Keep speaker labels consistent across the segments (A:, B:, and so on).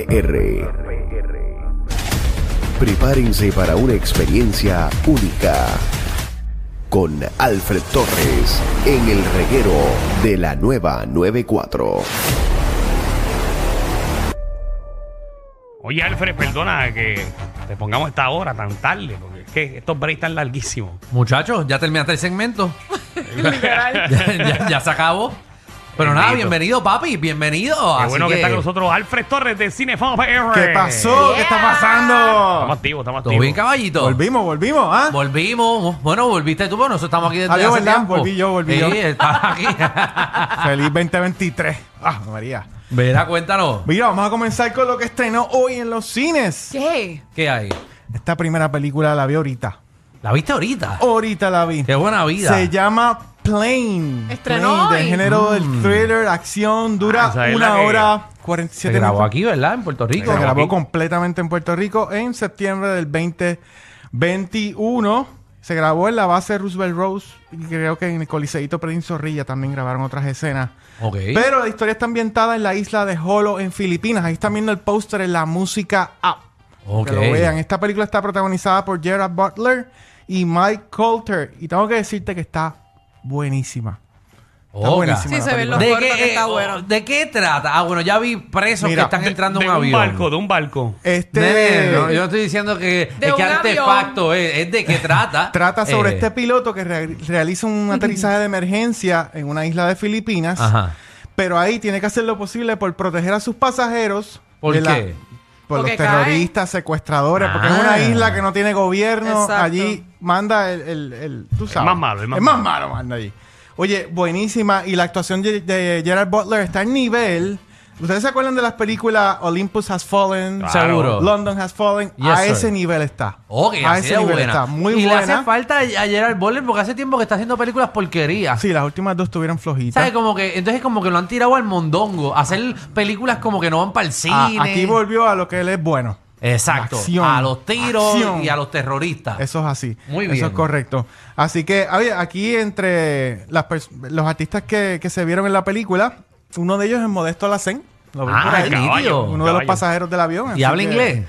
A: PR. Prepárense para una experiencia única con Alfred Torres en el reguero de la nueva 94.
B: Oye, Alfred, perdona que te pongamos esta hora tan tarde, porque es que estos breaks están larguísimos.
C: Muchachos, ya terminaste el segmento.
D: Literal.
C: ya, ya- ya se acabó. Pero nada, bienvenido, papi. Bienvenido.
B: Qué
C: Así
B: bueno que... está con nosotros Alfred Torres de Cinefama PR.
E: ¿Qué pasó? ¿Qué está pasando?
B: Estamos activos, estamos
C: ¿Todo
B: activos.
C: bien, caballito?
E: Volvimos, volvimos, ¿ah?
C: Volvimos. Bueno, volviste tú, pero nosotros estamos aquí desde
E: Adiós,
C: hace
E: ¿verdad?
C: tiempo.
E: Volví yo, volví
C: Sí,
E: yo.
C: estás aquí.
E: Feliz 2023. Ah, María.
C: Verá, cuéntanos.
E: Mira, vamos a comenzar con lo que estrenó hoy en los cines.
D: ¿Qué?
C: ¿Qué hay?
E: Esta primera película la vi ahorita.
C: ¿La viste ahorita?
E: Ahorita la vi.
C: ¡Qué buena vida!
E: Se llama Plane. Plane,
D: Estrenó hoy.
E: del género del thriller, acción,
B: Mm.
E: dura
B: Ah, esa es la
E: una
B: que-
E: hora
C: Se
E: 47
C: grabó
E: minutos.
C: aquí, ¿verdad? En Puerto Rico.
E: Se grabó
B: aquí.
E: completamente en Puerto Rico en septiembre del 2021. Se grabó en la base Roosevelt Rose y creo que en el Coliseíto Pedín Zorrilla también grabaron otras escenas.
C: Ok.
E: Pero la historia está ambientada en la isla de Holo, en Filipinas. Ahí están viendo el póster en la música app.
C: ok.
E: Que lo vean. Esta película está protagonizada por Gerard Butler y Mike Coulter. Y tengo que decirte que está buenísima. Está
C: Oga.
E: buenísima.
D: Sí,
E: la
D: se ven
E: película.
D: los-
C: ¿De
D: Corto que
C: qué,
D: está
C: eh,
D: bueno.
C: ¿De qué trata? Ah, bueno, ya vi presos
E: Mira,
C: que están entrando
B: de,
C: en un avión.
B: barco, de un barco.
E: Este...
C: Nene, no, yo no estoy diciendo que
D: De
C: es que
D: un avión.
C: artefacto es, es de qué trata.
E: Trata sobre
C: Eh,
E: este piloto que re- realiza un aterrizaje de emergencia en una isla de Filipinas,
C: Ajá.
E: pero ahí tiene que hacer lo posible por proteger a sus pasajeros.
C: ¿Por
E: de la-
C: qué?
E: por
D: Porque
E: los terroristas, secuestradores, porque es
C: Ah.
E: una isla que no tiene gobierno.
D: Exacto.
E: Allí manda el, el- el- tú sabes.
B: más malo, es más malo.
E: malo manda allí. Oye, buenísima. Y la actuación de, de Gerard Butler está en nivel. ¿Ustedes se acuerdan de las películas Olympus Has Fallen?
B: Claro.
C: Seguro.
E: London Has Fallen.
C: Yes,
E: a
C: sir.
E: ese nivel está.
C: Ok,
E: a
C: así
E: ese
C: de
E: nivel
C: buena.
E: está. Muy
C: y
E: buena.
C: le hace falta a Gerard Butler porque hace tiempo que está haciendo películas porquerías.
E: Sí, las últimas dos tuvieron flojitas.
C: ¿Sabes? Como que, entonces como que lo han tirado al mondongo. a Hacer películas como que no van para el cine.
E: Ah, aquí volvió a lo que él es bueno.
C: Exacto.
E: Acción.
C: A los tiros
E: Acción.
C: y a los terroristas.
E: Eso es así.
C: Ah. Muy bien.
E: Eso es correcto. Así que oye, aquí entre las pers- los artistas que, que se vieron en la película, uno de ellos es Modesto Alacén. Lo ven
C: Ah,
E: por ahí.
C: cabrón,
E: uno de los pasajeros del avión. así
C: ¿Y habla
E: que-
C: inglés?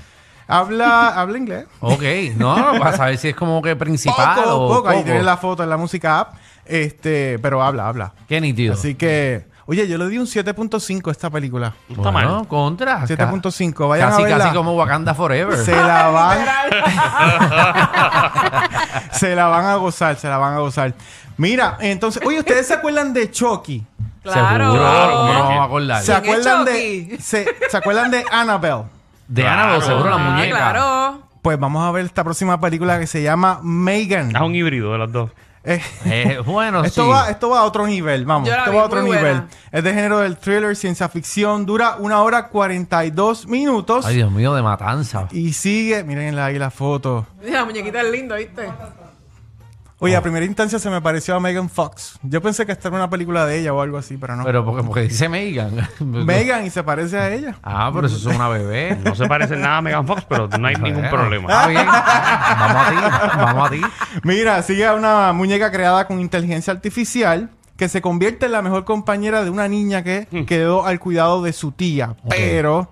E: Habla, habla inglés.
C: Ok, no, para saber si es como que principal
E: Poco,
C: o
E: poco. Ahí
C: poco.
E: tiene la foto en la música app. Este, pero habla, habla.
C: Qué nítido.
E: Así que, oye, yo le di un 7.5 a esta película.
B: No está mal.
C: Bueno, contra.
E: 7.5, vayan
C: casi,
E: a verla.
C: Casi como Wakanda Forever.
E: Se la van. se la van a gozar, se la van a gozar. Mira, entonces, oye, ¿ustedes se acuerdan de Chucky?
D: Claro.
C: Seguro, ¿cómo no
B: Claro.
C: vamos a acordar?
E: ¿Se
D: ¿Quién es
E: acuerdan
D: Chucky?
E: de se, se acuerdan de Annabelle?
C: De Annabelle,
B: Claro.
C: seguro, la
D: Ah,
C: muñeca.
D: Claro.
E: Pues vamos a ver esta próxima película que se llama Megan.
B: Es Ah, un híbrido de las dos.
E: Eh,
C: Eh, bueno,
E: esto,
C: sí.
E: va, esto va a otro nivel, vamos.
D: Yo la
E: Esto
D: vi,
E: va a otro
D: muy
E: nivel.
D: buena.
E: Es de género del thriller, ciencia ficción, dura una hora 42 minutos.
C: Ay, Dios mío, de matanza.
E: Y sigue, miren ahí la foto.
D: La muñequita es linda, ¿viste?
E: Oye, a primera instancia se me pareció a Megan Fox. Yo pensé que esta era una película de ella o algo así, pero no.
C: Pero pues, porque, porque dice Megan.
E: Megan y se parece a ella.
C: Ah, pero eso es una bebé.
B: No se parece en nada a Megan Fox, pero no hay ningún
E: Ah.
C: Bueno,
B: problema.
C: Está bien. Vamos a ti. Vamos a ti.
E: Mira, sigue a una muñeca creada con inteligencia artificial que se convierte en la mejor compañera de una niña que
C: Hmm.
E: quedó al cuidado de su tía. Pero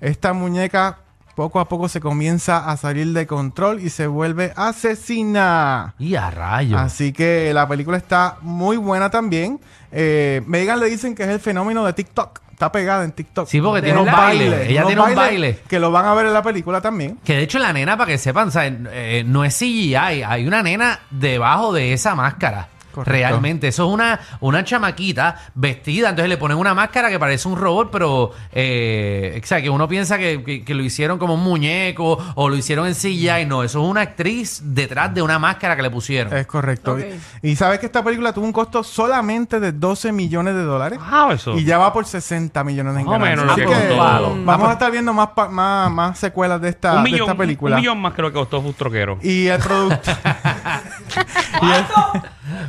E: esta muñeca poco a poco se comienza a salir de control y se vuelve asesina.
C: Y a rayos.
E: Así que la película está muy buena también. Eh, Megan le dicen que es el fenómeno de TikTok. Está pegada en TikTok.
C: Sí, porque
E: De
C: tiene un
E: verdad.
C: baile. Ella tiene un
E: bailes
C: baile.
E: Que lo van a ver en la película también.
C: Que de hecho la nena, para que sepan, o sea, eh, no es CGI, hay una nena debajo de esa máscara.
E: Correcto.
C: Realmente, eso es una, una chamaquita vestida, entonces le ponen una máscara que parece un robot, pero eh, o sea, que uno piensa que, que- que lo hicieron como un muñeco o lo hicieron en CGI, no, eso es una actriz detrás de una máscara que le pusieron.
E: Es correcto.
D: Ok.
E: Y, y sabes que esta película tuvo un costo solamente de 12 millones de dólares.
B: Ah, eso.
E: Y ya va por 60 millones en
B: Más o menos
E: ganancias.
B: lo
E: Así
B: que
E: que
B: costó.
E: vamos vamos a estar viendo más, pa- más, más secuelas de esta,
B: un,
E: de
B: millón,
E: esta película.
B: un millón más creo que costó Just Troquero.
E: Y el producto.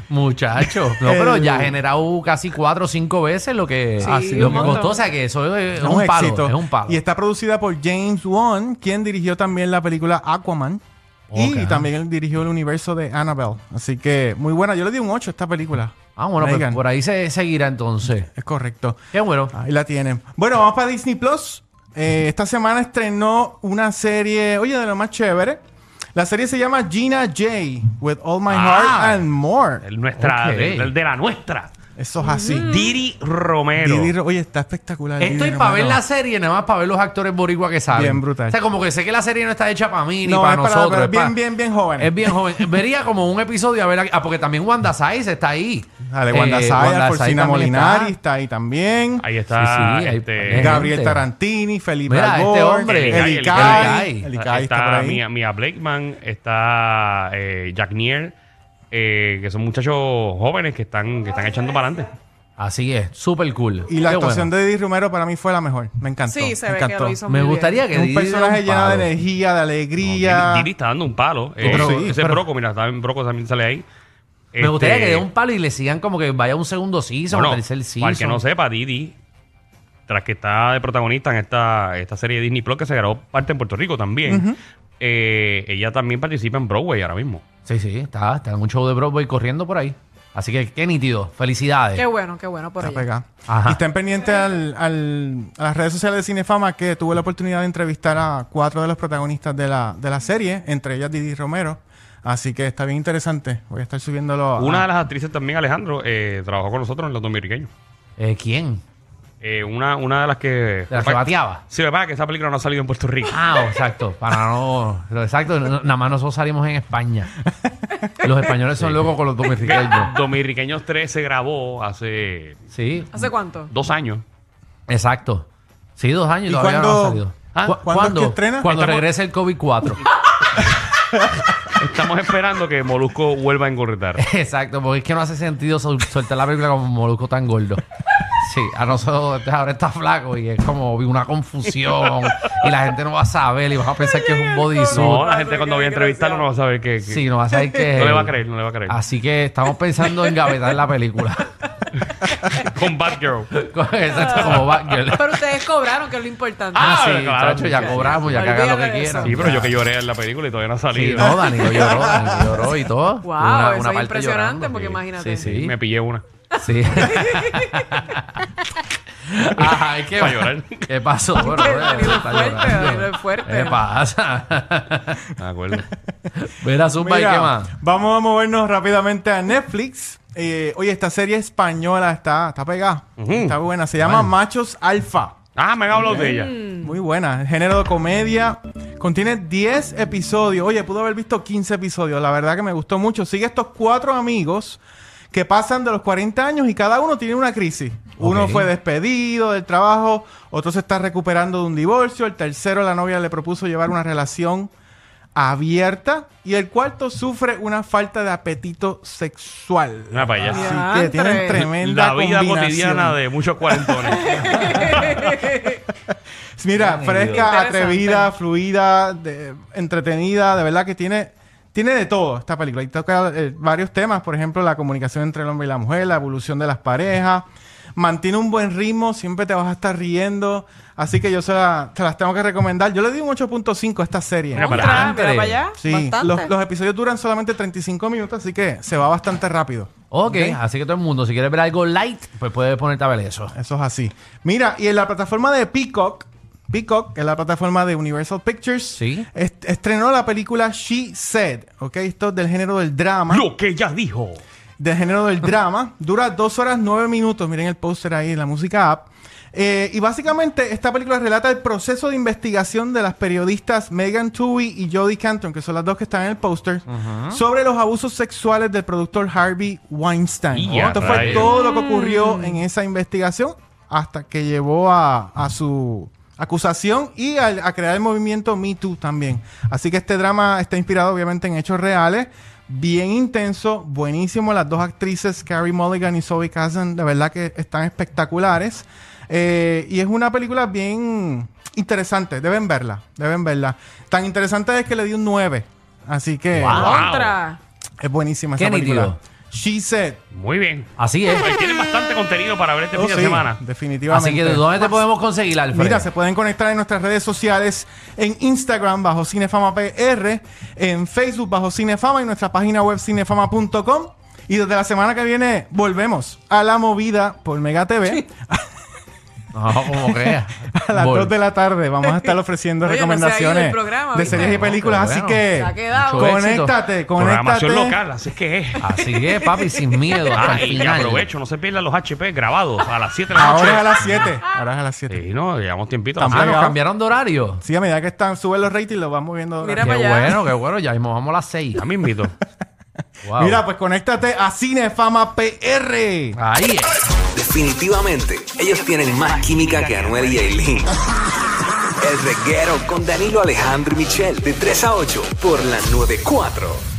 C: Muchacho, no, pero
E: El-
C: ya ha generado casi cuatro o cinco veces lo que,
D: Ah, sí,
C: lo
D: un
C: que
D: montón.
C: costó, o sea, que eso es, es
E: es
C: un, palo, es un palo.
E: Y está producida por James Wan, quien dirigió también la película Aquaman. Y
C: Ok.
E: también él dirigió el universo de Annabelle. Así que muy buena. Yo le di un 8 a esta película.
C: Ah, bueno, pues
E: Megan. Ah,
C: por ahí se seguirá entonces.
E: Es correcto.
C: Qué bueno.
E: Ahí la tienen. Bueno, vamos para Disney Plus. eh, esta semana estrenó una serie, oye, de lo más chévere. La serie se llama Gina J. With All My
B: Ah.
E: Heart and More.
B: El nuestra,
C: Ok.
B: del- del- de la nuestra.
E: Eso es así.
C: Mm.
B: Diri Romero.
E: Didi Ro- oye, está espectacular.
C: Estoy
E: Didi
C: para ver
E: Romero.
C: la serie, nada más para ver los actores boricua que salen.
E: Bien brutal.
C: O sea, como que sé que la serie no está hecha para mí ni
E: No,
C: para
E: es para-
C: nosotros.
E: pero
C: es
E: bien,
C: pa-
E: bien, bien jóvenes.
C: Es bien joven. Vería como un episodio a ver. a- ah, porque también Wanda Saiz está ahí.
E: Dale,
C: Eh,
E: Wanda Zaya,
C: Saiz
E: Forcina
C: también está.
E: Molinari está ahí también.
B: Ahí está.
C: Sí, sí, ahí-
B: este,
C: ahí-
E: Gabriel
C: gente.
E: Tarantini, Felipe
C: Mira, este
E: Albor,
C: hombre.
E: el
B: Elicay,
E: Icai.
C: Elicay.
E: El Icai está por ahí.
B: Mia, Mia Blakeman, está eh, Jack Nier, eh, que son muchachos jóvenes que están, que están echando para adelante.
C: Así es, súper cool.
E: Y la
C: Qué
E: actuación
C: bueno.
E: de Eddie Romero para mí fue la mejor. Me encantó.
D: Sí, se
E: me
D: ve que
E: encantó.
D: lo hizo muy
C: Me
D: bien.
C: gustaría que
E: Es un
C: Didi diera
E: personaje
C: un
E: lleno de
C: palo.
E: energía, de alegría.
B: Diri, Diri está dando un palo. Eh,
E: Pero sí,
B: ese
C: pero-
B: Broco, mira, también Broco también sale ahí. Este,
C: Me gustaría que dé
E: Este-
C: un palo y le sigan como que vaya un segundo season,
B: bueno,
C: un tercer season.
B: Para el que no sepa, Didi, tras que está de protagonista en esta, esta serie de Disney Plus que se grabó parte en Puerto Rico también, eh, ella también participa en Broadway ahora mismo.
C: Sí, sí, está, está en un show de Broadway corriendo por ahí. Así que qué nítido. Felicidades.
D: Qué bueno, qué bueno por
E: Está
D: ella.
E: pegada.
C: Ajá.
E: Y estén pendientes al- al- a las redes sociales de Cinefama que tuve la oportunidad de entrevistar a cuatro de los protagonistas de la, de la serie, entre ellas Didi Romero. Así que está bien interesante. Voy a estar subiéndolo. a-
B: Una de las actrices también, Alejandro, eh, trabajó con nosotros en Los Dominiqueños.
C: Eh, ¿Quién?
B: Eh, una, una de las que...
C: ¿La que bateaba?
B: Sí, lo que pasa es que esa película no ha salido en Puerto Rico.
C: Ah, exacto. Para no. lo Exacto. no- Nada más nosotros salimos en España. Los españoles son locos con los dominicanos.
B: Dominiqueños 3 se grabó hace
C: Sí,
D: ¿Hace cuánto?
B: dos años.
C: exacto. Sí, dos años y
E: ¿Y
C: todavía no
E: cuándo-
C: ha salido.
E: Ah,
C: ¿Cu-
E: cuándo es que estrena?
C: Cuando
B: Estamos-
C: regrese el COVID-4.
B: Estamos esperando que Molusco vuelva a engordar.
C: Exacto, porque es que no hace sentido sol- soltar la película como un molusco tan gordo. Sí, a nosotros este, ahora está flaco y es como una confusión y la gente no va a saber y vas a pensar que es un bodysuit.
B: No, la gente cuando vaya a entrevistarlo no va a saber que... que-
C: Sí, no va a saber que
B: No le va a creer, no le va a creer.
C: Así que estamos pensando en gavetar la película.
B: Con Batgirl.
C: Exacto, como Batgirl.
D: Pero ustedes cobraron, que es lo importante.
C: Ah, sí,
B: claro.
C: chacho, ya cobramos, ya que hagan lo que
D: Olvídate de
C: quieran.
D: eso.
B: Sí, pero yo que lloré en la película y todavía no ha
C: Sí,
B: salido.
C: no, Danilo lloró, Danilo lloró y todo.
D: Wow, eso es impresionante, porque imagínate.
C: Sí, sí.
B: Me pillé una.
C: Sí. Ajá, es que.
B: Pa' llorar.
C: ¿Qué pasó? Bueno,
D: que
C: bueno,
D: Danilo es
C: está
D: fuerte,
C: llorando.
D: Danilo es fuerte.
C: ¿Qué pasa?
B: Me acuerdo.
C: Mira, Zumba, ¿y
E: Mira,
C: qué más?
E: Vamos a movernos rápidamente a Netflix. Eh, oye, esta serie española está, está pegada. Está buena. Se llama Machos Alfa.
B: Ah, me han hablado de ella.
E: Muy buena. Género de comedia. Contiene 10 episodios. Oye, pude haber visto 15 episodios. La verdad que me gustó mucho. Sigue estos cuatro amigos que pasan de los 40 años y cada uno tiene una crisis. Uno
C: Ok.
E: fue despedido del trabajo, otro se está recuperando de un divorcio, el tercero la novia le propuso llevar una relación abierta y el cuarto sufre una falta de apetito sexual.
B: Una
E: Así
B: payasa.
E: que tienen
D: Diantre.
E: tremenda
B: Ah. La vida
E: combinación.
B: cotidiana de muchos cuarentones.
E: Mira, fresca,
D: Interesante.
E: atrevida, fluida, de- entretenida, de verdad que tiene, tiene de todo esta película. Y toca eh, varios temas, por ejemplo, la comunicación entre el hombre y la mujer, la evolución de las parejas. Mantiene un buen ritmo, siempre te vas a estar riendo. Así que yo se, la- te las tengo que recomendar. Yo le di un 8.5 a esta serie.
B: Mira, para
D: Contra,
C: adelante.
D: mira para allá.
E: Sí,
D: Bastante.
E: los, los episodios duran solamente 35 minutos, así que se va bastante rápido.
C: Ok, así que todo el mundo, si quieres ver algo light, pues puedes ponerte a ver eso.
E: Eso es así. Mira, y en la plataforma de Peacock, Peacock, que es la plataforma de Universal Pictures,
C: Sí.
E: est- estrenó la película She Said, ¿ok? Esto es del género del drama.
B: Lo que ella dijo.
E: Del género del drama. Dura dos horas nueve minutos. Miren el póster ahí en la música app. Eh, y básicamente esta película relata el proceso de investigación de las periodistas Megan Toohey y Jodie Canton, que son las dos que están en el póster, sobre los abusos sexuales del productor Harvey Weinstein.
B: Y a
E: Esto fue
B: rayos.
E: todo lo que ocurrió en esa investigación hasta que llevó a, a su acusación y al- a, crear el movimiento Me Too también. Así que este drama está inspirado obviamente en hechos reales, bien intenso, buenísimo. Las dos actrices, Carrie Mulligan y Zoe Kazan, de verdad que están espectaculares. Eh, y es una película bien interesante, deben verla, deben verla. Tan interesante es que le di un 9, así que
B: Wow.
D: Contra.
E: es buenísima
C: Qué
E: esa película.
C: nítido.
E: She Said.
B: Muy bien.
C: Así es.
B: Pues Tienen bastante contenido para ver este
E: Oh,
B: fin de
E: sí,
B: semana.
E: Definitivamente.
C: Así que, ¿dónde te podemos conseguir, Alfredo?
E: Mira, se pueden conectar en nuestras redes sociales, en Instagram bajo Cinefama PR, en Facebook bajo Cinefama y nuestra página web cinefama.com. Y desde la semana que viene volvemos a la movida por Mega TV.
C: No, como que.
E: A las 2 de la tarde vamos a estar ofreciendo
D: Oye, no se ha ido el
E: recomendaciones
D: programa,
E: de
D: ¿viste?
E: series y
D: No,
E: películas.
C: pero
E: así
C: bueno,
E: que
D: se ha quedado.
C: Mucho
E: conéctate,
B: Programación
E: conéctate.
B: local, así es que es.
C: Así es, papi, sin miedo. Hasta
B: Ah,
C: el
B: y
C: final.
B: aprovecho, no se pierdan los HP grabados a las 7 de la
E: Ahora es a
B: noche.
E: las 7. Ahora es a las 7.
B: Sí, no, llevamos tiempito.
E: Tan
C: Ah, nos
E: pegado.
C: cambiaron de horario.
E: Sí, a medida que están, suben los ratings, los vamos viendo.
D: Mira,
C: Qué
D: para allá.
C: bueno, qué bueno. Ya mismo vamos a las seis.
B: A mí invito.
C: Wow.
E: Mira, pues conéctate a Cinefama PR.
C: Ahí es.
F: Definitivamente, ellos tienen más química que Anuel y Aileen. El reguero con Danilo Alejandro y Michel de 3 a 8 por la 94.